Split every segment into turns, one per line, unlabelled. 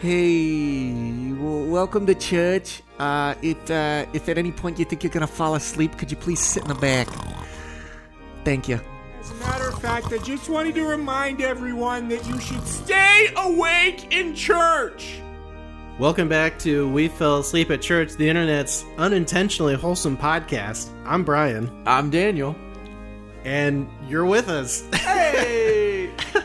Hey, w- welcome to church. Uh, if uh, if at any point you think you're gonna fall asleep, could you please sit in the back? Thank you.
As a matter of fact, I just wanted to remind everyone that you should stay awake in church.
Welcome back to We Fell Asleep at Church, the internet's unintentionally wholesome podcast. I'm Brian,
I'm Daniel.
and you're with us.
Hey!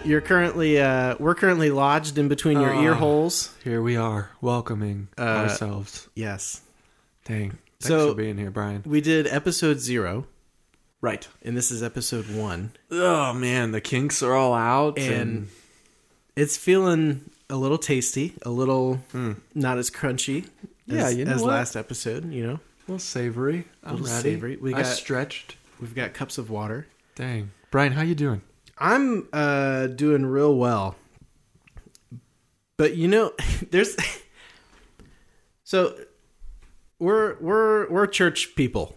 You're currently, uh, we're currently lodged in between your ear
Ah.
holes.
here we are, welcoming
Uh,
ourselves.
Yes.
Dang. Thanks
so-
for being here, Brian.
We did episode zero,
Right.
and this is episode one,
Oh, man, the kinks are all out.
and,
And,
it's feeling a little tasty, a little not as crunchy
Hmm. Yeah,
as,
you know
as
what?
last episode, you know?
a little savory. I'm
little
ready.
savory. We
I
got-
stretched.
We've got cups of water.
Dang. Brian, how you doing?
I'm uh, doing real well, but you know, there's so we're we're we're church people,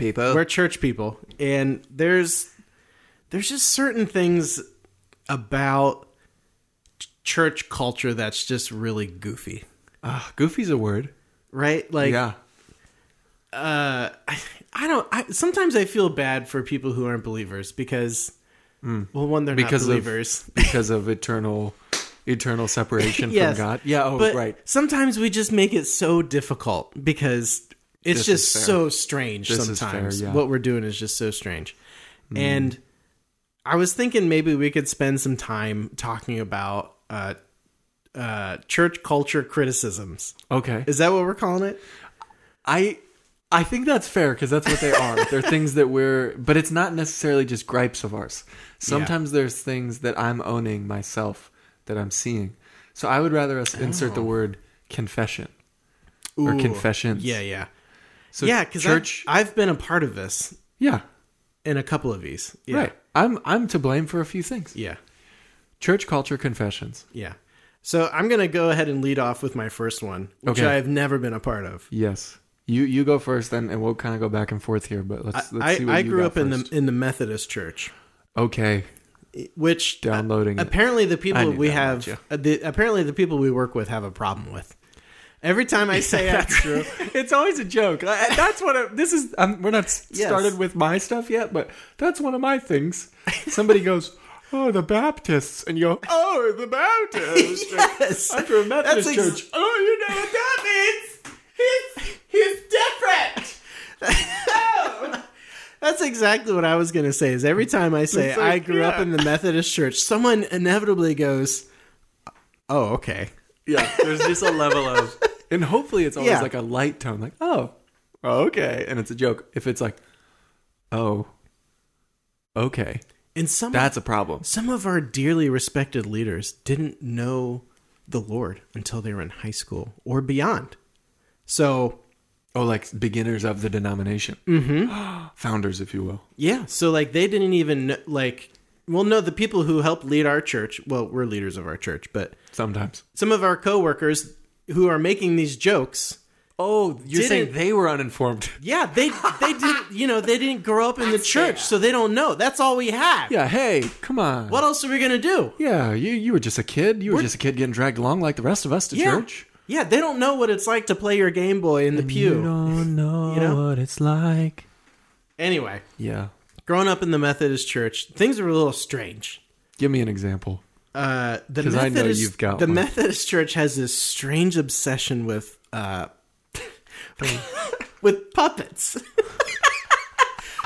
right? We're church people, and there's there's just certain things about ch- church culture that's just really goofy,
Ah, goofy's a word.
right? Like,
yeah.
uh, I, I don't. I, sometimes I feel bad for people who aren't believers because, well, one, they're
Mm. Because of-
not believers.
Because of eternal eternal separation
Yes.
from God. Yeah, oh,
but
right.
Sometimes we just make it so difficult because it's
This
just
is fair.
so strange
This is fair,
sometimes.
yeah. Mm.
What we're doing is just so strange. And I was thinking maybe we could spend some time talking about uh, uh, church culture criticisms.
Okay.
Is that what we're calling it?
I I think that's fair because that's what they are. They're things that we're, but it's not necessarily just gripes of ours. Sometimes there's things that I'm owning myself that I'm seeing. So I would rather us insert
Oh.
the word confession or
Ooh.
confessions.
Yeah, yeah.
So
yeah, because
church.
I've been a part of this
yeah,
in a couple of these. Yeah.
right. I'm I'm to blame for a few things.
Yeah.
Church culture confessions.
Yeah. So I'm going to go ahead and lead off with my first one, which
Okay.
I've never been a part of.
Yes. You you go first, then, and we'll kind of go back and forth here. But let's let's
I,
see what
I
you
grew
got
up in the
first.
in the Methodist Church,
okay
which uh,
downloading. it.
apparently the
I
people
knew
we
that
have
about you.
uh, the, apparently the people we work with have a problem with. Every time I say
That's
I,
true. It's always a joke. I- I- That's what I, this is. I'm, we're not s-
Yes.
started with my stuff yet, but that's one of my things. Somebody goes, "Oh, the Baptists," and you go, "Oh, the Baptists."
yes,
I'm from a Methodist
That's ex-
church. Oh, you know what that means? He's he's different.
that's exactly what I was going to say. Is every time I say
It's like,
I grew up
yeah.
in the Methodist Church, someone inevitably goes, "Oh, okay."
Yeah, there's just a level of, and hopefully it's always
Yeah.
like a light tone, like, "Oh, okay," and it's a joke. If it's like, "Oh, okay,"
And some
that's a problem.
some of our dearly respected leaders didn't know the Lord until they were in high school or beyond. So
Oh, like beginners of the denomination, mm-hmm. founders, if you will.
Yeah. So like they didn't even kn- like well no the people who help lead our church, well we're leaders of our church, but
Sometimes.
some of our coworkers who are making these jokes,
Oh, you're
saying
saying they were uninformed?
yeah, they they didn't you know, they didn't grow up in the church, so they don't know. That's all we have.
Yeah. Hey, come on.
What else are we going to do?
Yeah, you you were just a kid. You were just a kid getting dragged along like the rest of us to
Yeah.
church.
Yeah, they don't know what it's like to play your Game Boy in the pew.
don't know,
You know?
what it's like.
Anyway,
Yeah.
growing up in the Methodist church, things are a little strange.
Give me an example.
Uh, the
'Cause I
Methodist,
know you've got
the
one.
Methodist Church has this strange obsession with uh, with puppets,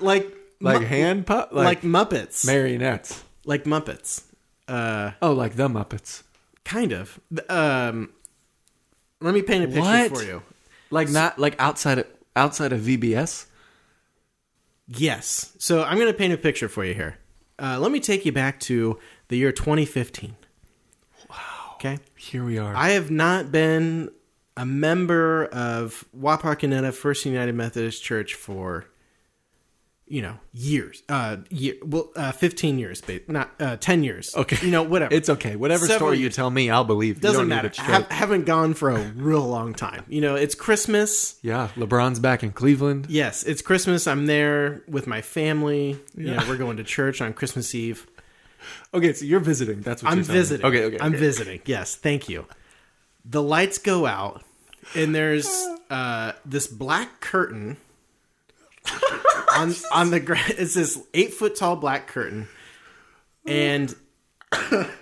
like
Like
mu-
hand pup,
like,
like,
Muppets,
marionettes.
like Muppets, uh,
Oh, like the Muppets.
kind of. Um, let me paint a picture
What?
for you.
Like not like outside of, outside of VBS.
Yes, so I'm going to paint a picture for you here. Uh, let me take you back to the year 2015. Wow. Okay.
Here we are.
I have not been a member of Wapakoneta First United Methodist Church for, you know, years. Uh, year, well, uh, fifteen years, ba- not uh, ten years.
Okay.
you know, whatever.
it's okay. Whatever
Several
story you
years.
tell me, I'll believe. you
doesn't
don't
matter.
Need it
I
straight.
ha- haven't gone for a real long time. You know, it's Christmas.
yeah, LeBron's back in Cleveland.
Yes, it's Christmas. I'm there with my family. You know, we're going to church on Christmas Eve.
Okay, so you're visiting. That's what
I'm
you're telling me.
visiting.
Okay, okay.
I'm
okay.
visiting. Yes, thank you. The lights go out, and there's uh, this black curtain on on the ground. It's this eight foot tall black curtain, and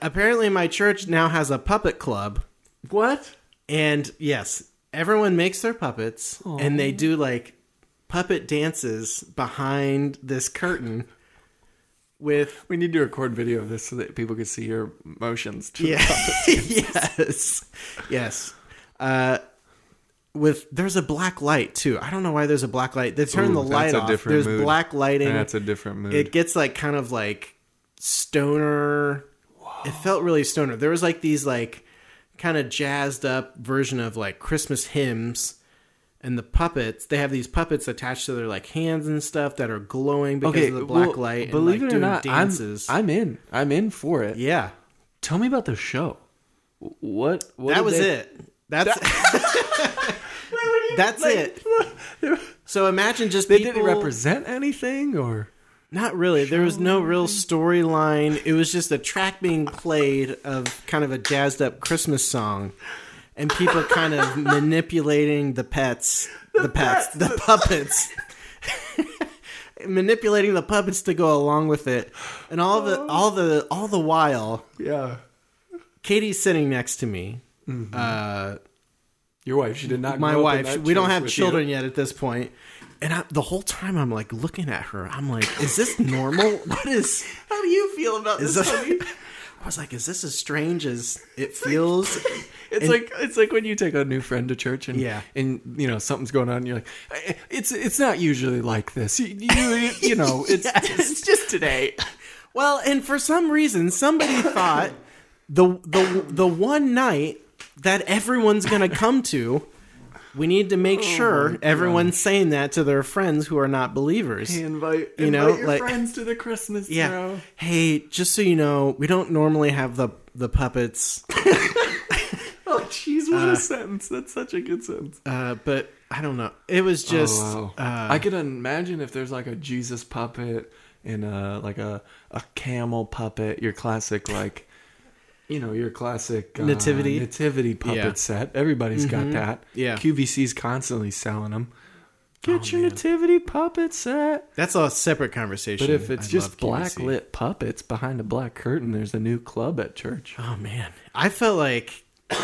apparently my church now has a puppet club.
What?
And yes, everyone makes their puppets and they do like puppet dances behind this curtain with
We need to record video of this so that people can see your motions. Too.
yeah. yes. Yes. Uh with there's a black light too. I don't know why there's a black light. They turn
Ooh,
the
that's
light
a
off.
different
there's
mood.
black lighting.
That's a different mood.
It gets like kind of like stoner. It felt really stoner. There was like these like kind of jazzed up version of like Christmas hymns and the puppets. They have these puppets attached to their like hands and stuff that are glowing because of the black
well,
light.
Believe
and, like,
it or
doing
not,
dances.
I'm I'm in. I'm in for it.
yeah,
Tell me about the show. W- What? what
that
did
was
they-
it. That's that's it. So imagine just
They
people,
didn't represent anything, or
Not really. There was no real storyline. It was just a track being played of kind of a jazzed up Christmas song and people kind of manipulating the pets, the, pets, the puppets. manipulating the puppets to go along with it. And all the all the all the while,
yeah,
Katie's sitting next to me.
Mm-hmm.
Uh
your wife. She did not.
my
grow up in
wife.
that
We don't
church
have
with you.
children yet at this point. And I, the whole time I'm like looking at her. I'm like, is this normal? What is? How do you feel about this? I was like, is this as strange as it feels?
It's
And-
like it's like when you take a new friend to church and
Yeah.
and you know something's going on. and You're like, "Eh, it's it's not usually like this. You you, you know it's it's just today.
well, and for some reason, somebody thought the the the one night that everyone's gonna come to. We need to make
Oh
sure everyone's saying that to their friends who are not believers.
Invite
You know,
invite your
like-
friends to the Christmas
Yeah.
throw.
Hey, just so you know, we don't normally have the the puppets,
Oh jeez, what a sentence! That's such a good sentence.
uh, but I don't know. It was just
Oh, wow.
uh,
I could imagine if there's like a Jesus puppet and a like a a camel puppet, your classic like you know, your classic uh,
Nativity.
nativity Mm-hmm. puppet
Yeah.
set. Everybody's got that.
Yeah.
QVC's constantly selling Oh, them. Get your nativity puppet set.
that's a separate conversation.
But if it's
I
just
love
black
QVC.
lit puppets behind a black curtain, there's a new club at church.
oh man, I felt like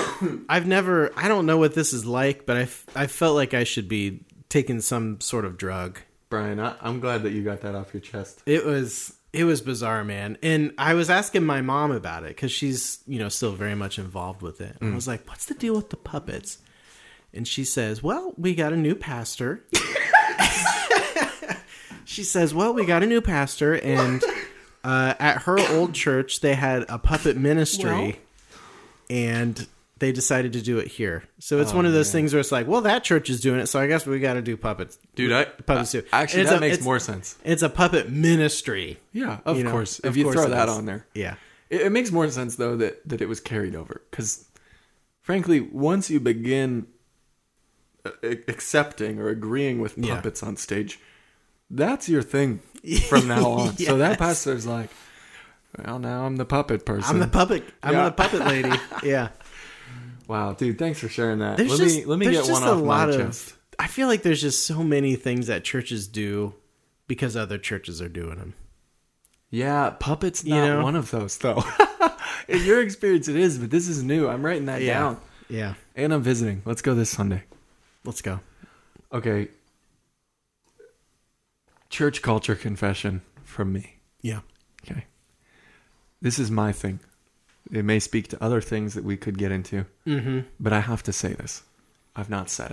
I've never. I don't know what this is like, but I f- I felt like I should be taking some sort of drug.
Brian, I, I'm glad that you got that off your chest.
It was it was bizarre, man. And I was asking my mom about it because she's you know still very much involved with it.
Mm.
And I was like, "What's the deal with the puppets?" And she says, "Well, we got a new pastor." she says, "Well, we got a new pastor, and uh, at her old church they had a puppet ministry,
Well.
and." They decided to do it here, so
Oh,
it's one of those things where it's like, well, that church is doing it, so I guess we got to do puppets,
Dude, I,
Puppets too.
actually
It's
that
a-
makes
it's-
more sense.
It's a puppet ministry.
Yeah, of
You know,
course.
of
if you
course
throw
it
that
is.
on there,
Yeah.
It, it makes more sense though that that it was carried over because, frankly, once you begin uh, ac- accepting or agreeing with
Yeah.
puppets on stage, that's your thing from now on. So that pastor's like, well, now I'm the puppet person.
I'm the puppet. I'm
Yeah.
the puppet lady. Yeah.
wow, dude, thanks for sharing that.
There's
let
just
me let me
there's
get
just
one
a
off
lot
my
of.
chest.
I feel like there's just so many things that churches do because other churches are doing them.
Yeah, puppets not
You know?
one of those though. In your experience, it is, but this is new. I'm writing that
Yeah.
down,
Yeah.
and I'm visiting. Let's go this Sunday.
Let's go.
Okay. Church culture confession from me.
Yeah.
Okay. This is my thing. It may speak to other things that we could get into,
Mm-hmm.
but I have to say this. I've not said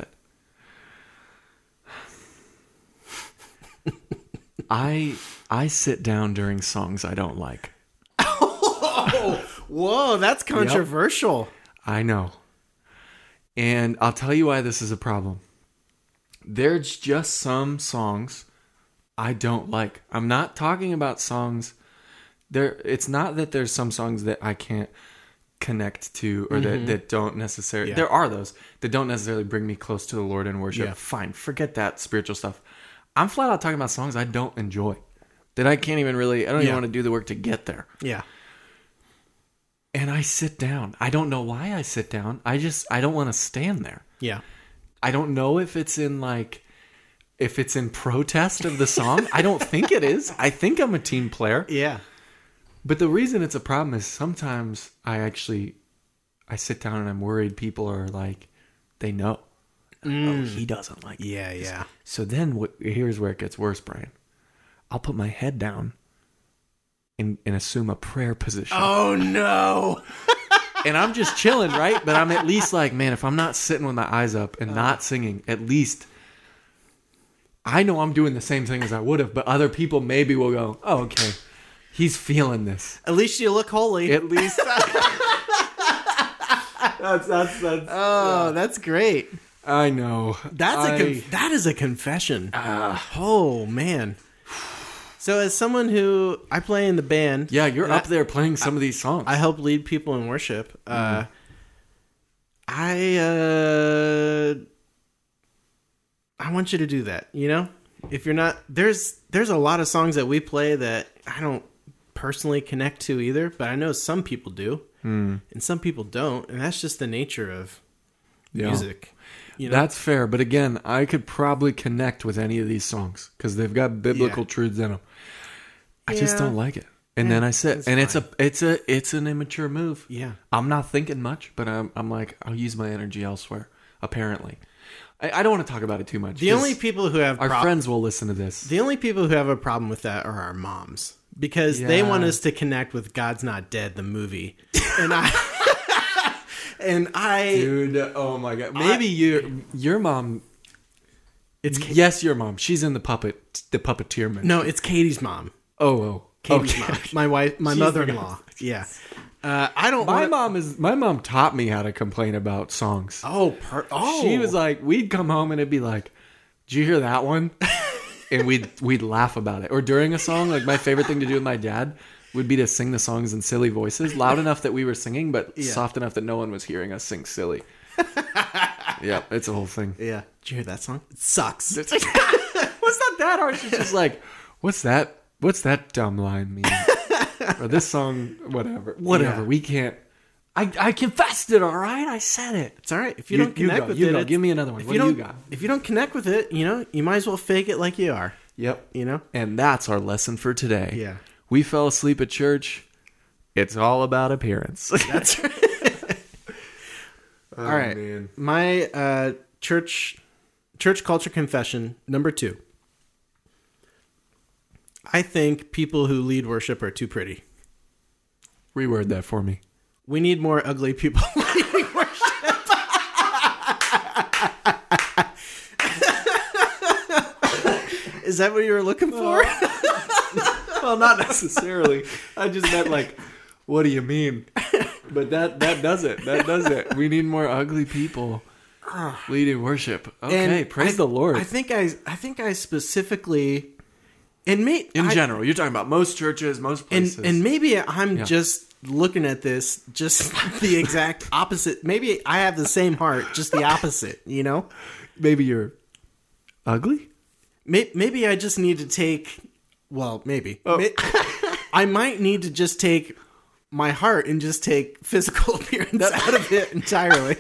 it. I I sit down during songs I don't like.
Whoa, that's controversial.
I know. And I'll tell you why this is a problem. There's just some songs I don't like. I'm not talking about songs there it's not that there's some songs that I can't connect to or that, that don't necessarily
Mm-hmm. Yeah.
there are those that don't necessarily bring me close to the Lord in worship.
Yeah.
Fine, forget that spiritual stuff. I'm flat out talking about songs I don't enjoy. That I can't even really I don't
Yeah.
even want to do the work to get there.
Yeah.
and I sit down. I don't know why I sit down. I just I don't want to stand there.
Yeah.
I don't know if it's in like if it's in protest of the song. I don't think it is. I think I'm a team player.
Yeah.
But the reason it's a problem is sometimes I actually I sit down and I'm worried people are like they know. Oh, he doesn't like. it.
Yeah, yeah.
So then what, here's where it gets worse, Brian. I'll put my head down and, and assume a prayer position.
Oh no.
And I'm just chilling, right? But I'm at least like, man, if I'm not sitting with my eyes up and not singing, at least I know I'm doing the same thing as I would have, but other people maybe will go, oh, okay. He's feeling this.
At least you look holy.
At least. that's, that's, that's,
oh, that's great.
I know.
That's a
I- Ah.
conf- that is a confession. oh man. So as someone who I play in the band,
Yeah, you're
and
up
I-
there playing some of these songs.
I help lead people in worship.
Mm-hmm.
Uh, I uh, I want you to do that. You know, if you're not there's there's a lot of songs that we play that I don't personally connect to either, but I know some people do,
Hmm.
and some people don't, and that's just the nature of
Yeah.
music. You know?
That's fair, but again, I could probably connect with any of these songs because they've got biblical
Yeah.
truths in them. I just
Yeah.
don't like it, and then I sit, and it's a, it's a, it's an immature move.
Yeah.
I'm not thinking much, but I'm, I'm like, I'll use my energy elsewhere. Apparently, I, I don't want to talk about it too much.
the
'cause
only people who have
our
prob-
friends will listen to this.
The only people who have a problem with that are our moms because they
Yeah.
want us to connect with God's Not Dead the movie. And I and I
Dude, oh my god. Maybe your your mom. It's yes, your mom. She's in the puppet, the puppeteer man.
no, it's Katie's mom.
oh, oh,
Katie's
okay.
mom. My wife, my mother-in-law. Yeah. Uh, I don't
My
want
mom is my mom taught me how to complain about songs.
Oh, per- oh.
She was like, we'd come home and it'd be like, "Did you hear that one?" and we'd we'd laugh about it. Or during a song, like my favorite thing to do with my dad would be to sing the songs in silly voices, loud enough that we were singing, but soft enough that no one was hearing us sing silly. yeah, it's a whole thing.
Yeah. Did you hear that song? It sucks.
It's like, what's not that hard? She's just like, what's that? What's that dumb line mean? or this song, whatever, whatever.
Yeah.
We can't. I, I confessed it. All right, I said it.
It's all right. If you,
You-
don't
you
connect
go,
with
you
it,
go.
it's-
Give me another one.
If
What
you
do you
don't,
got?
If you don't connect with it, you know, you might as well fake it like you are.
Yep.
You know?
And that's our lesson for today.
Yeah.
We fell asleep at church. It's all about appearance.
That's right. All right.
Oh, man.
My uh, church church culture confession number 2. I think people who lead worship are too pretty.
Reword that for me.
We need more ugly people leading worship. Is that what you were looking for?
well, not necessarily. I just meant like, what do you mean? But that that does it. That does it. We need more ugly people leading worship.
And
Okay, praise
I-
the Lord.
I think I I think I specifically and may
In
I-
general, you're talking about most churches, most
and
places.
and maybe I'm
Yeah.
just looking at this just the exact opposite. Maybe I have the same heart, just the opposite. You know,
maybe you're ugly.
May- maybe I just need to take. Well, maybe
Oh.
May- I might need to just take my heart and just take physical appearance out of it entirely.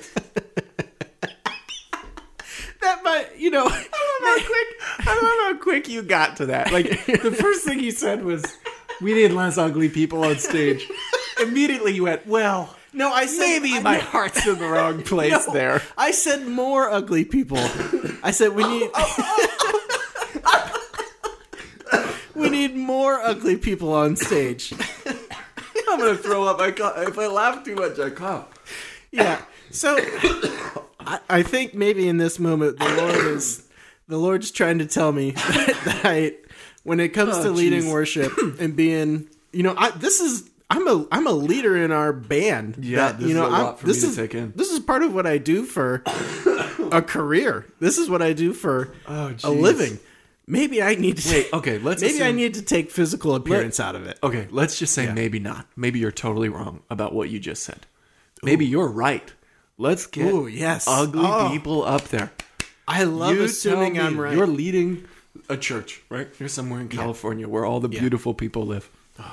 that might, you know,
I love how quick you got to that. Like the first thing you said was, "We need less ugly people on stage." Immediately you went, "Well,
no, I said I- no.
heart's in the wrong place
No, I said more ugly people. I said we need
Oh,
We need more ugly people on stage.
I'm gonna throw up. I cough. if I laugh too much, I cough.
Yeah. So I, I think maybe in this moment the Lord is the Lord's trying to tell me that, I when it comes to
Oh,
leading
jeez.
worship and being you know, I this is I'm a I'm a leader in our band.
Yeah,
that,
this
you know,
is a lot
I'm-
for
this
me to
is
take in.
this is part of what I do for a career. This is what I do for
Oh,
a
jeez.
living. Maybe I need to
Wait, okay, let's
maybe I
assume-
need to take physical appearance out of it.
Okay, let's just say maybe not. Maybe you're totally wrong about what you just said. Maybe you're right. Let's get
Ooh, yes.
ugly
Oh.
people up there.
I love
You
assuming
tell me
I'm right.
You're leading a church, right? You're somewhere in California where all the beautiful people live.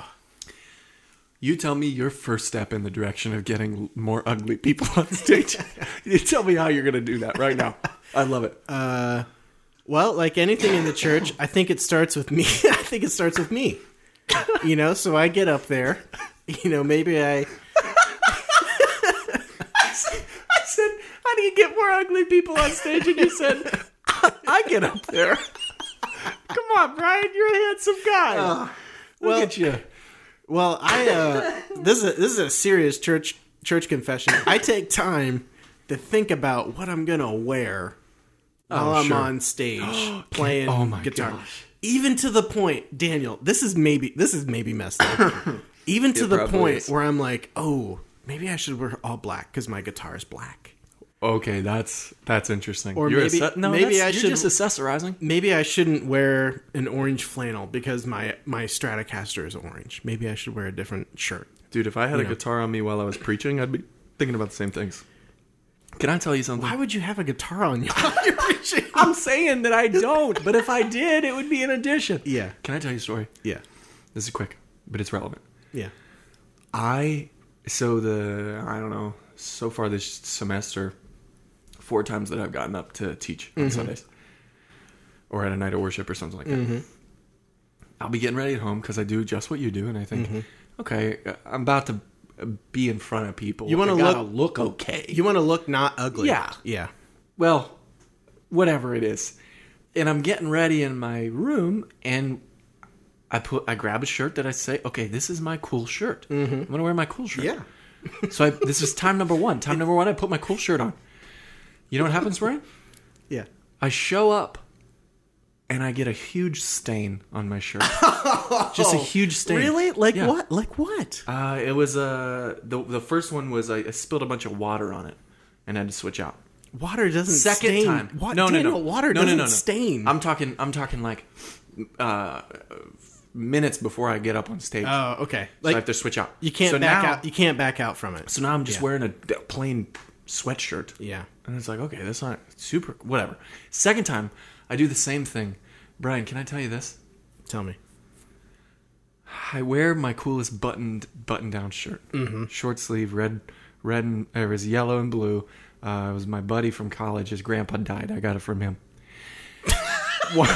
You tell me your first step in the direction of getting more ugly people on stage. you tell me how you're going to do that right now. I love it.
Well, like anything in the church, I think it starts with me. I think it starts with me. You know, so I get up there. You know, maybe I
I said, "How do you get more ugly people on stage?" And you said, "I get up there." Come on, Brian, you're a handsome guy.
well,
Look at you.
Well, I uh, this is a, this is a serious church church confession. I take time to think about what I'm gonna wear while I'm
sure.
on stage playing
Oh my
guitar. Even to the point, Daniel, this is maybe this is maybe messed up. Even to the
probably
point
is.
where I'm like, oh, maybe I should wear all black because my guitar is black.
Okay, that's that's interesting.
Or
you're
maybe-
asse- no,
maybe
that's-
I
you're
should-
just accessorizing.
Maybe I shouldn't wear an orange flannel because my my Stratocaster is orange. Maybe I should wear a different shirt.
Dude, if I had a guitar on me while I was preaching, I'd be thinking about the same things. Can I tell you something?
Why would you have a guitar on you? while you're preaching?
I'm saying that I don't, but if I did, it would be an addition.
yeah,
Can I tell you a story?
yeah,
This is quick, but it's relevant.
yeah.
I so the I don't know so far this semester, four times that I've gotten up to teach on
Mm-hmm.
Sundays, or at a night of worship or something like
Mm-hmm.
that. I'll be getting ready at home because I do just what you do, and I think,
Mm-hmm.
okay, I'm about to be in front of people.
You wanna
I gotta
look-
look okay.
You want to look not ugly.
Yeah.
Yeah.
well, whatever it is. And I'm getting ready in my room, and I put I grab a shirt that I say, okay, this is my cool shirt. I'm gonna wear my cool shirt.
Mm-hmm. Yeah.
so I, this is time number one. Time number one, I put my cool shirt on. You know what happens, Brian?
Yeah.
I show up, and I get a huge stain on my shirt. Just a huge stain.
Really? Like
Yeah.
what? Like what?
Uh, it was uh, the the first one was I, I spilled a bunch of water on it, and had to switch out.
Water doesn't
Second
stain.
time.
Wa-
no, no,
Daniel,
no.
Water
no,
doesn't
no, no, no.
stain.
I'm talking. I'm talking like uh, minutes before I get up on stage.
oh, okay.
so I
Like
have to switch out.
you can't
so
back
now,
out. You can't back out from it.
So now I'm just
Yeah.
wearing a d- plain sweatshirt.
Yeah.
And it's like, okay, that's not super. Whatever. Second time, I do the same thing. Brian, can I tell you this?
Tell me.
I wear my coolest buttoned button-down shirt, short sleeve, red, red, and it was yellow and blue. Uh, it was my buddy from college. His grandpa died. I got it from him. one,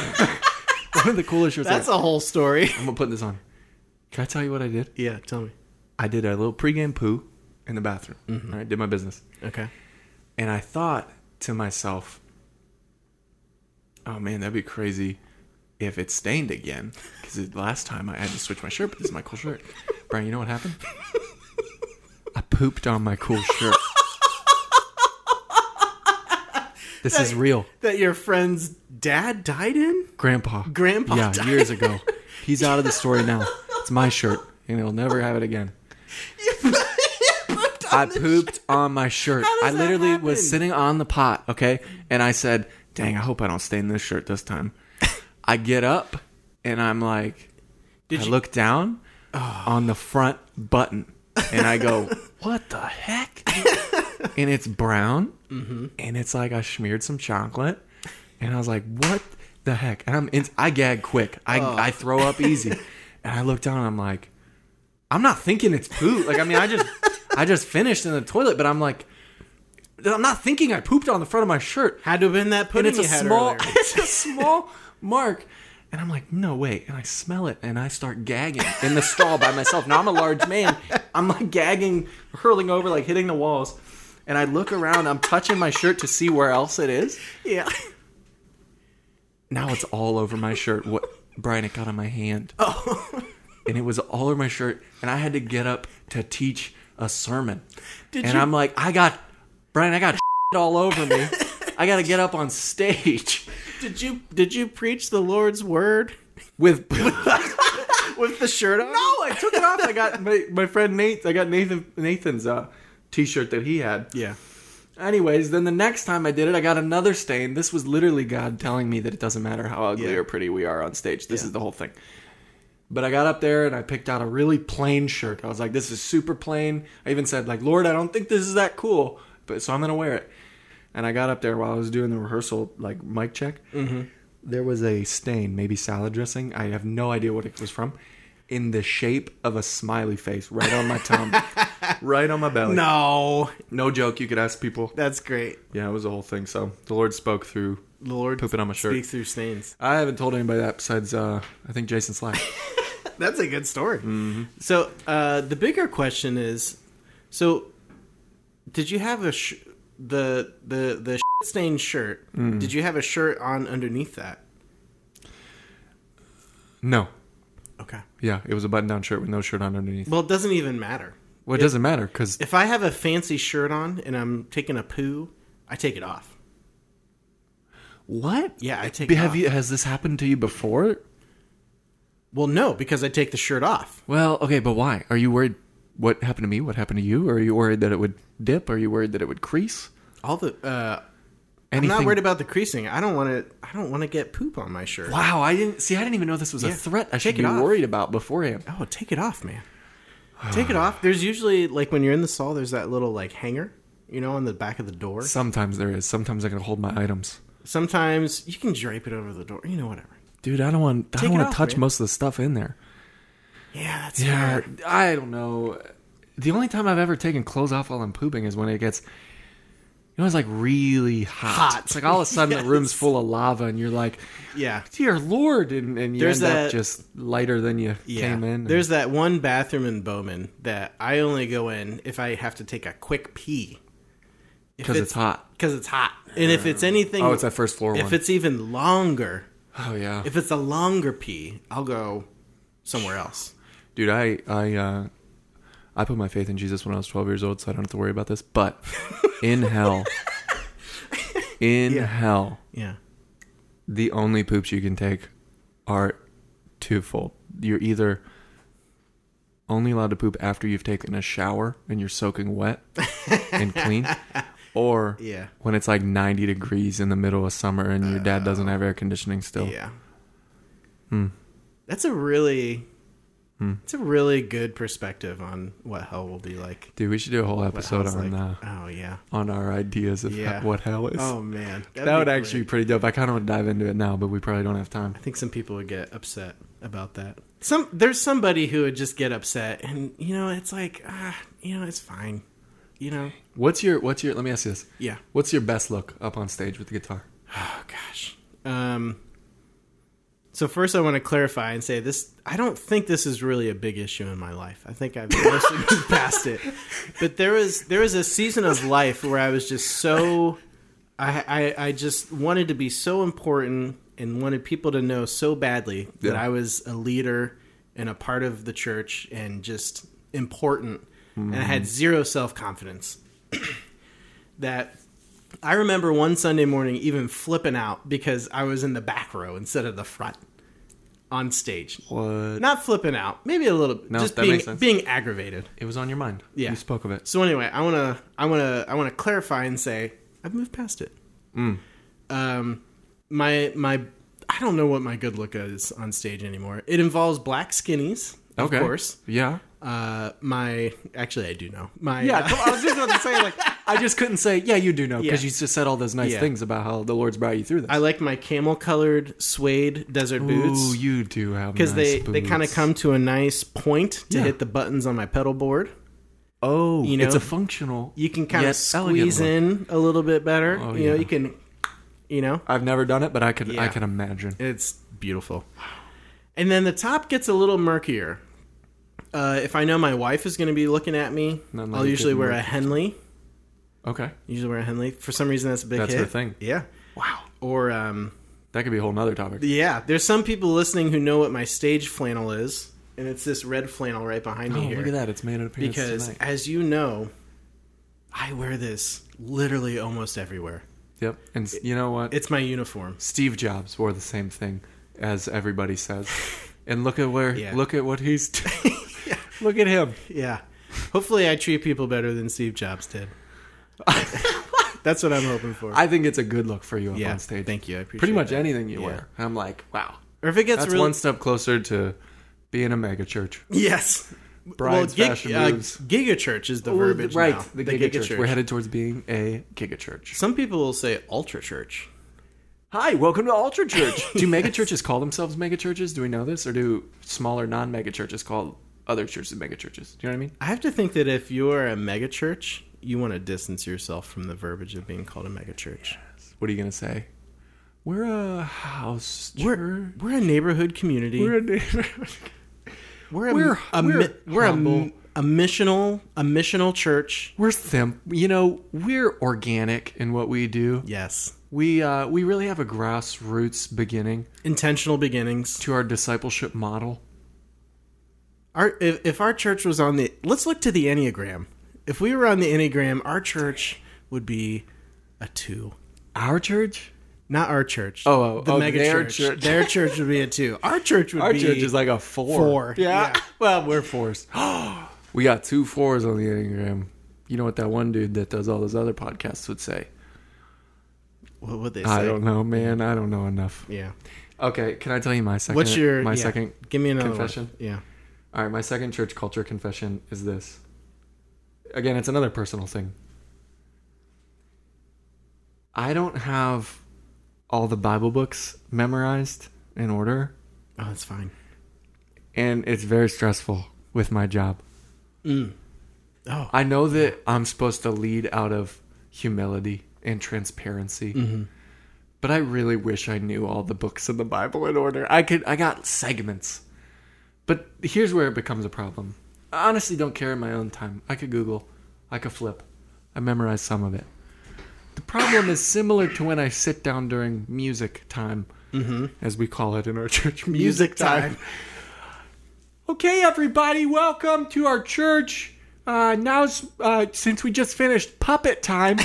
one of the coolest shirts.
That's
I,
a whole story.
I'm gonna put this on. Can I tell you what I did?
yeah. Tell me.
I did a little pregame poo in the bathroom. All right, did my business,
Okay.
and I thought to myself, "Oh man, that'd be crazy if it stained again." Because last time I had to switch my shirt, but this is my cool shirt. Brian, you know what happened? I pooped on my cool shirt. This is real,
That your friend's dad died in?
Grandpa.
Grandpa
yeah,
died.
years ago. He's out of the story now. It's my shirt, and he'll never have it again. I pooped on my shirt.
How does
I
that
literally
happen?
was sitting on the pot, okay? And I said, dang, I hope I don't stain this shirt this time. I get up and I'm like, I look down
Oh.
on the front button and I go, what the heck? and it's brown
Mm-hmm.
and it's like I smeared some chocolate and I was like, what the heck? And I'm in, I gag quick. I,
Oh.
I throw up easy. and I look down and I'm like, I'm not thinking it's poo. Like I mean, I just I just finished in the toilet, but I'm like, I'm not thinking I pooped on the front of my shirt.
Had to have been that
And
pudding
it's
you
a
had
small,
earlier.
it's a small mark. And I'm like, no wait. And I smell it, and I start gagging in the stall by myself. Now I'm a large man. I'm like gagging, hurling over, like hitting the walls. And I look around. I'm touching my shirt to see where else it is.
Yeah.
Now it's all over my shirt. What, Brian? It got on my hand. Oh. And it was all over my shirt, and I had to get up to teach a sermon.
Did
and
you-
I'm like, I got Brian. I got all over me. I got to get up on stage
Did you did you preach the Lord's word
with.
with the shirt on?
No, I took it off. I got my, my friend Nate. I got Nathan Nathan's uh, t-shirt that he had.
Yeah.
Anyways, then the next time I did it, I got another stain. This was literally God telling me that it doesn't matter how ugly
Yeah.
or pretty we are on stage. This is the whole thing. But I got up there and I picked out a really plain shirt. I was like, "This is super plain." I even said, "Like, Lord, I don't think this is that cool," but so I'm gonna wear it. And I got up there while I was doing the rehearsal, like mic
Mm-hmm.
check. There was a stain, maybe salad dressing. I have no idea what it was from. in the shape of a smiley face right on my tongue, right on my belly.
No,
No joke. You could ask people.
that's great.
Yeah, it was a whole thing. So the Lord spoke through.
The Lord
Pooping on my shirt.
speaks through stains.
I haven't told anybody that besides uh, I think Jason Slack.
That's a good story. So uh, the bigger question is, so did you have a sh- the the the shit stained shirt? Did you have a shirt on underneath that?
no.
Okay.
Yeah, it was a button-down shirt with no shirt on underneath.
Well, it doesn't even matter.
Well, it doesn't matter because
If I have a fancy shirt on and I'm taking a poo, I take it off.
what?
Yeah, I take.
Be-
it
have
off.
you? Has this happened to you before?
Well, no, because I take the shirt off.
Well, okay, but why? Are you worried? What happened to me? What happened to you? Are you worried that it would dip? Are you worried that it would crease?
All the. Uh, I'm
Anything?
not worried about the creasing. I don't want to. I don't want to get poop on my shirt.
Wow, I didn't see. I didn't even know this was a
Yeah.
threat. I
Take
should
it
be
off.
worried about beforehand.
Oh, take it off, man. Take it off. There's usually like when you're in the stall, there's that little like hanger, you know, on the back of the door.
Sometimes there is. Sometimes I can hold my items.
Sometimes you can drape it over the door, you know, whatever.
Dude, I don't want. I
Take it
don't want
off,
to touch
man.
most of the stuff in there.
Yeah, that's
Yeah,
fair.
I don't know. The only time I've ever taken clothes off while I'm pooping is when it gets, you know, it's like really hot.
Hot.
It's like all of a sudden the room's full of lava, and you're like,
Yeah,
"Dear Lord!" And, and you
There's
end
that-
up just lighter than you
yeah.
came in.
There's that one bathroom in Bowman that I only go in if I have to take a quick pee. If
'Cause it's hot.
Because it's hot, and if it's anything,
Oh, it's that first floor
If
one.
it's even longer,
oh yeah,
if it's a longer pee, I'll go somewhere else.
dude. I I uh, I put my faith in Jesus when I was 12 years old, so I don't have to worry about this. But in hell, in hell,
Yeah.
the only poops you can take are twofold. You're either only allowed to poop after you've taken a shower and you're soaking wet and clean, or
Yeah.
when it's like 90 degrees in the middle of summer and your dad doesn't have air conditioning still.
Oh. Yeah.
Hmm.
That's a really it's a really good perspective on what hell will be like.
Dude, we should do a whole episode
Hell's
on uh,
like. oh yeah.
on our ideas of
Yeah.
he- what hell is.
Oh man. That'd
that would
be
actually be
great.
pretty dope. I kind of want to dive into it now, but we probably don't have time.
I think some people would get upset about that. Some there's somebody who would just get upset and you know, it's like ah, you know, it's fine. You know.
What's your what's your? Let me ask you this.
Yeah.
What's your best look up on stage with the guitar?
Oh gosh. Um so first I want to clarify and say this I don't think this is really a big issue in my life. I think I've mostly moved past it. But there was there was a season of life where I was just so I, I I just wanted to be so important and wanted people to know so badly that
Yeah.
I was a leader and a part of the church and just important and I had zero self-confidence. that I remember one Sunday morning even flipping out because I was in the back row instead of the front on stage.
What?
Not flipping out, maybe a little,
No,
just
that
being
makes sense.
being aggravated.
It was on your mind.
Yeah.
You spoke of it.
So anyway, I wanna, I wanna, I wanna clarify and say I've moved past it.
Mm.
Um, my my, I don't know what my good look is on stage anymore. It involves black skinnies, of
okay.
course.
Yeah.
Uh, my actually, I do know my
Yeah.
uh,
come on, I was just about to say like I just couldn't say yeah you do know because
Yeah.
you just said all those nice
Yeah.
things about how the Lord's brought you through this.
I like my camel colored suede desert boots.
Ooh, you do have
because
nice
they they kind of
boots.
come to a nice point to
Yeah.
hit the buttons on my pedal board.
Oh,
you know,
it's a functional.
You can kind of
yet
squeeze
elegant look.
in a little bit better.
Oh,
you know,
yeah.
you can, you know,
I've never done it, but I could
Yeah.
I can imagine.
it's beautiful. And then the top gets a little murkier. Uh, if I know my wife is going to be looking at me,
Not like
I'll
it
usually
didn't
wear
work.
a Henley.
Okay.
Usually wear a Henley. For some reason, that's a big
That's her
hit.
thing.
Yeah.
Wow.
Or um,
That could be a whole nother topic.
yeah, there's some people listening who know what my stage flannel is, and it's this red flannel right behind
Oh,
me here.
look at that! It's made an appearance
because
tonight.
as you know i wear this literally almost everywhere
Yep. And s- you know what?
it's my uniform
Steve Jobs wore the same thing as everybody says. and look at where
Yeah.
look at what he's Look at him.
yeah hopefully i treat people better than steve jobs did that's what i'm hoping for
I think it's a good look for you up
yeah
on stage.
thank you I appreciate
Pretty much
that.
anything you
Yeah.
wear. I'm like, wow.
or if it gets
That's
really
one step closer to being a mega church.
yes
Brian's
well,
fashion
uh,
moves.
giga church is the verbiage
right,
now.
the, giga, church. We're headed towards being a giga church.
some people will say ultra church
Hi, welcome to Ultra Church. Do megachurches call themselves megachurches? Do we know this, or do smaller non-megachurches call other churches megachurches? Do you know what I mean?
I have to think that if you are a megachurch, you want to distance yourself from the verbiage of being called a megachurch.
What are you gonna say? We're a house. church.
We're we're a neighborhood community.
We're a neighborhood.
We're a
we're-
a,
we're
mi- we're a,
humble.
a missional a missional church.
We're simp. You know, we're organic in what we do.
Yes,
We uh, we really have a grassroots beginning
intentional beginnings.
to our discipleship model.
Our if, if our church was on the let's look to the enneagram. If we were on the enneagram, our church would be a two.
Our church.
Not our church.
Oh, oh,
the
oh,
mega
their
church.
church.
Their church would be a two. Our church would
Our
be
church is like a four.
four.
Yeah.
Yeah.
well, we're fours. we got two fours on the Enneagram. You know what that one dude that does all those other podcasts would say?
what would they say?
I don't know, man. I don't know enough.
Yeah.
Okay, can I tell you my second?
What's your
my
yeah.
second?
Give me another one.
confession?
Yeah.
All right, my second church culture confession is this. Again, it's another personal thing. I don't have all the Bible books memorized in order,
Oh, that's fine.
and it's very stressful with my job.
Oh,
I know that I'm supposed to lead out of humility and transparency. But I really wish I knew all the books in the Bible in order. I could I got segments. But here's where it becomes a problem. I honestly don't care in my own time. I could Google, I could flip. I memorized some of it. The problem is similar to when I sit down during music time, as we call it in our church, Mm-hmm. music time. Okay, everybody, welcome to our church. Uh, now's uh, since we just finished puppet time,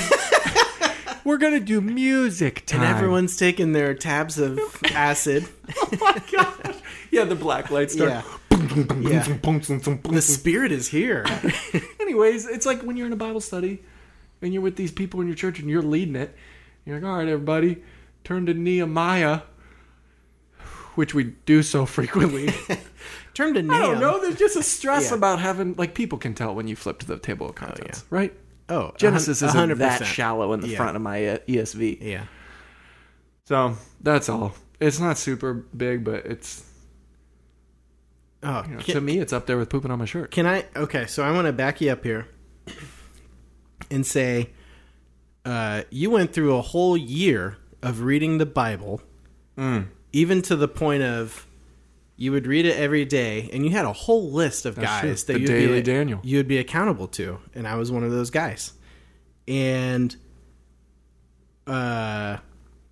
we're gonna do music time.
and everyone's taking their tabs of acid.
Oh yeah, the black lights start.
yeah. yeah. The spirit is here.
Anyways, it's like when you're in a Bible study and you're with these people in your church and you're leading it. You're like, all right, everybody, turn to Nehemiah, which we do so frequently.
Turn to Nahum.
I don't know. There's just a stress
Yeah.
about having like people can tell when you flip to the table of contents, right?
Oh,
Genesis
a
isn't
hun- a
that
100%.
shallow in the
Yeah.
front of my uh, ESV.
Yeah.
So that's all. It's not super big, but it's
Oh,
you know, to
can,
me, it's up there with pooping on my shirt.
can I? Okay, so I want to back you up here and say uh, you went through a whole year of reading the Bible,
Mm.
even to the point of you would read it every day, and you had a whole list of
true.
guys
The
that you'd
Daily
be,
Daniel.
you would be accountable to, and I was one of those guys. And uh,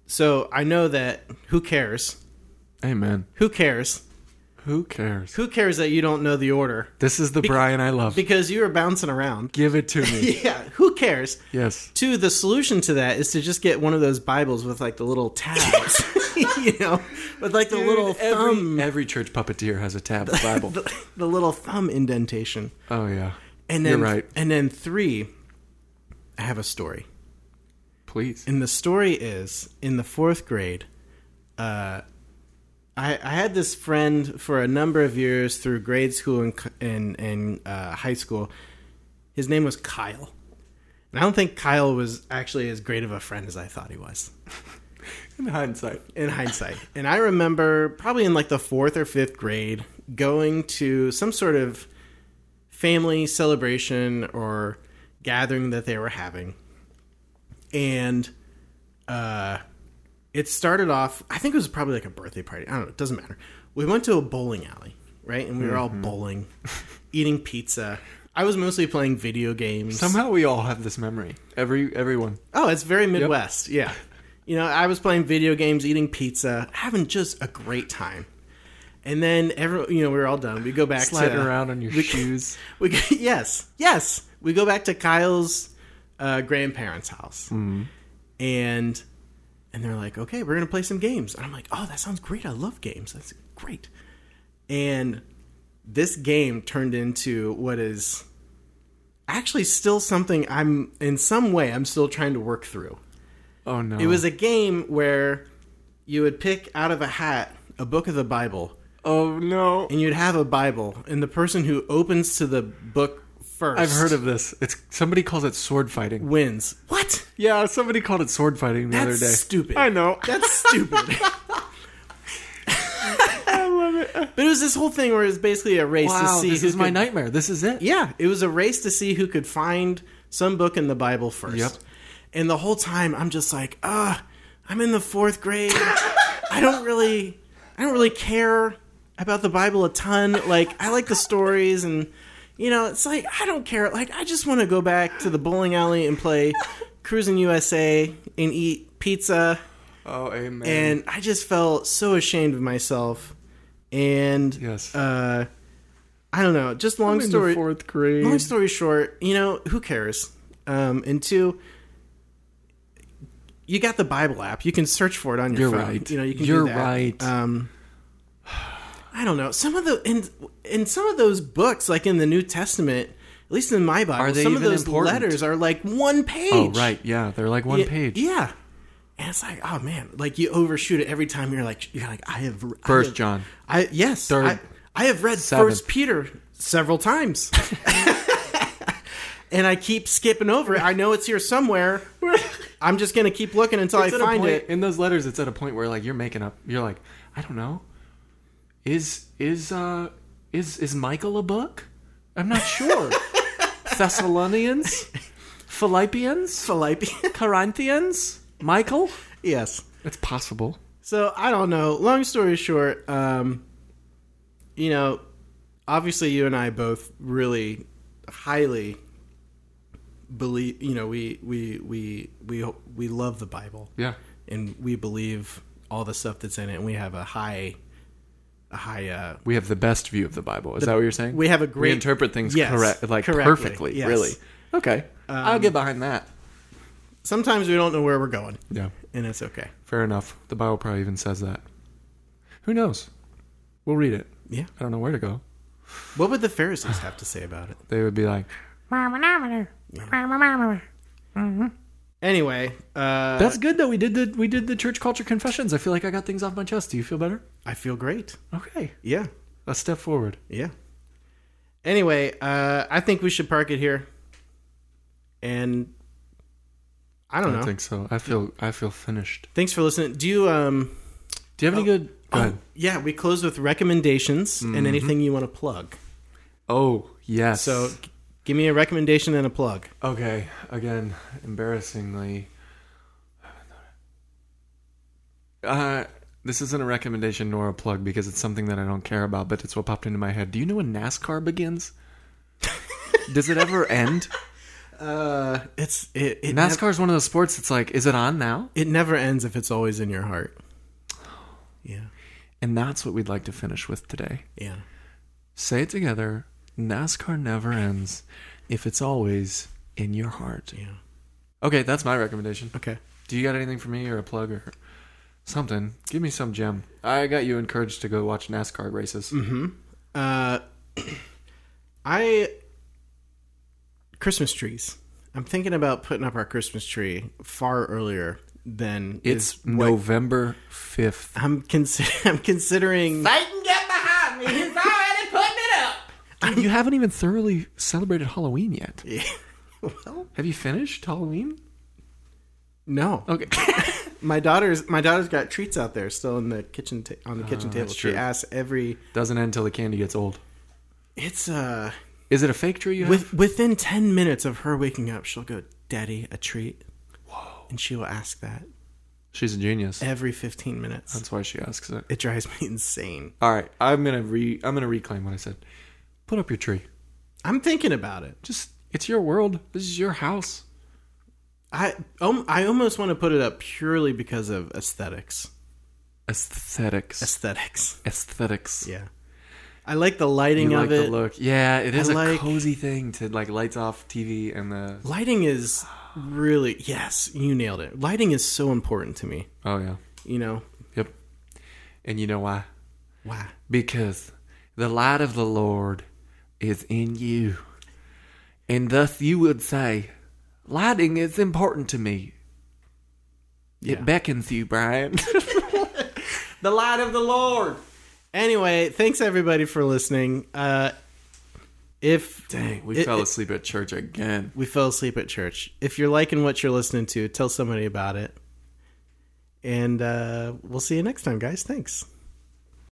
so I know that who cares?
Amen.
Who cares?
Who cares?
Who cares that you don't know the order?
This is the Brian I love.
Because you were bouncing around.
Give it to me.
Yeah, who cares?
yes.
Two, the solution to that is to just get one of those Bibles with like the little tabs, you know, with like the little
Dude, every,
thumb,
every church puppeteer has a tab of Bible.
the, the little thumb indentation.
oh yeah.
And then,
You're right.
and then three, I have a story.
Please.
And the story is in the fourth grade. Uh, I, I had this friend for a number of years through grade school and c- and, and uh, high school. His name was Kyle, and I don't think Kyle was actually as great of a friend as I thought he was
In hindsight.
in hindsight. And I remember probably in like the fourth or fifth grade going to some sort of family celebration or gathering that they were having. And uh, it started off, I think it was probably like a birthday party. I don't know, it doesn't matter. We went to a bowling alley, right? And we were all bowling, eating pizza. I was mostly playing video games.
Somehow we all have this memory. Every everyone.
Oh, it's very Midwest. Yeah. You know, I was playing video games, eating pizza, having just a great time. And then every, you know, we were all done. We go back
Sliding
to,
around on your
we-
shoes.
We go- yes, yes. We go back to Kyle's uh, grandparents' house, and and they're like, okay, we're gonna play some games. And I'm like, oh, that sounds great. I love games. That's great. And this game turned into what is actually still something I'm in some way I'm still trying to work through.
Oh no.
It was a game where you would pick out of a hat a book of the Bible,
Oh no.
and you'd have a Bible, and the person who opens to the book first
I've heard of this. It's somebody calls it sword fighting.
wins. What?
Yeah, somebody called it sword fighting the
That's
other day.
stupid.
I know.
That's stupid. I love it. But it was this whole thing where it was basically a race to
Wow,
see
this
who
is my
could-
nightmare. This is it.
Yeah, it was a race to see who could find some book in the Bible first.
Yep.
And the whole time I'm just like, ah, I'm in the fourth grade. I don't really, I don't really care about the Bible a ton. Like I like the stories and. You know, it's like I don't care. Like I just want to go back to the bowling alley and play Cruising USA and eat pizza
Oh, amen.
and I just felt so ashamed of myself. And
Yes.
uh, I don't know. Just long
in
story.
the fourth grade.
Long story short, you know who cares? Um, and two, you got the Bible app. You can search for it on your
You're
phone.
right.
You know you can.
You're
do that.
right.
Um, I don't know. Some of the in in some of those books, like in the New Testament, at least in my Bible,
Are they
some of
even
those
important?
letters are like one page.
oh, right. Yeah, they're like one
Yeah,
page.
Yeah. And it's like, oh man, like you overshoot it every time. You're like, you're like, I have I
First
have-
John.
I yes,
Third.
I, I have read
Seventh.
First Peter several times, and I keep skipping over it. I know it's here somewhere. I'm just gonna keep looking until
It's
I
at a
find
point-
it.
in those letters. It's at a point where like you're making up. You're like, I don't know. Is is uh is is Michael a book? I'm not sure. Thessalonians, Philippians,
Philippians.
Corinthians, Michael.
yes.
It's possible.
So I don't know. Long story short, um, you know, obviously you and I both really highly believe. You know, we we we we we love the Bible,
Yeah.
and we believe all the stuff that's in it, and we have a high, a high. Uh,
We have the best view of the Bible. Is that what you're saying?
we have a great-
We interpret things
Yes,
correct, like
correctly,
perfectly.
yes. Um,
Really. Okay. I'll get behind that.
sometimes we don't know where we're going,
Yeah.
and it's okay.
Fair enough. The Bible probably even says that. Who knows? We'll read it.
Yeah.
I don't know where to go.
What would the Pharisees have to say about it?
They would be like,
Anyway, uh,
"That's good though. We did the we did the church culture confessions. I feel like I got things off my chest. Do you feel better?
I feel great.
Okay,
Yeah,
a step forward.
Yeah. Anyway, uh, I think we should park it here. And I don't
I
know.
think so. I feel I feel finished.
Thanks for listening. Do you um
Do you have any good? Go ahead.
yeah, we close with recommendations
Mm-hmm.
and anything you want to plug.
Oh yes.
So g- give me a recommendation and a plug.
okay, again, embarrassingly, uh, this isn't a recommendation nor a plug because it's something that I don't care about, but it's what popped into my head. Do you know when NASCAR begins? Does it ever end?
Uh it's it it, nev-
NASCAR is one of those sports that's like, is it on now?
it never ends if it's always in your heart. Yeah.
And that's what we'd like to finish with today.
Yeah.
Say it together NASCAR never ends if it's always in your heart.
Yeah.
Okay, that's my recommendation.
Okay.
Do you got anything for me or a plug or something? Give me some gem. I got you encouraged to go watch NASCAR races.
Mm-hmm. Uh I Christmas trees. I'm thinking about putting up our Christmas tree far earlier than
It's
is what-
November 5th.
I'm consider I'm considering
Satan, get behind me. He's already putting it up.
Dude, you haven't even thoroughly celebrated Halloween yet.
well,
Have you finished Halloween?
no.
Okay.
My daughter's my daughter's got treats out there still in the kitchen ta- on the kitchen table.
Ah, that's
She
true.
asks every
Doesn't end till the candy gets old.
it's uh
Is it a fake tree you have?
with within 10 minutes of her waking up, she'll go, "Daddy, a treat." Whoa. And she will ask that
She's a genius.
every 15 minutes.
That's why she asks it.
It drives me insane.
All right, I'm gonna re I'm gonna reclaim what I said. Put up your tree.
I'm thinking about it.
Just it's your world. This is your house.
I um, I almost want to put it up purely because of aesthetics.
Aesthetics.
Aesthetics.
Aesthetics.
Yeah. I like the lighting
You
of
like
it.
the look. Yeah, it is
I
a
like-
cozy thing to like lights off TV and the
Lighting is really yes, you nailed it. Lighting is so important to me.
Oh yeah.
You know.
Yep. And you know why?
Wow.
Because the light of the Lord is in you. And thus you would say, Lighting is important to me.
Yeah.
It beckons you, Brian. the light of the Lord.
Anyway, thanks everybody for listening. Uh If
Dang, we
it-
fell
it-
asleep at church again.
we fell asleep at church. If you're liking what you're listening to, tell somebody about it. And uh, we'll see you next time, guys. Thanks.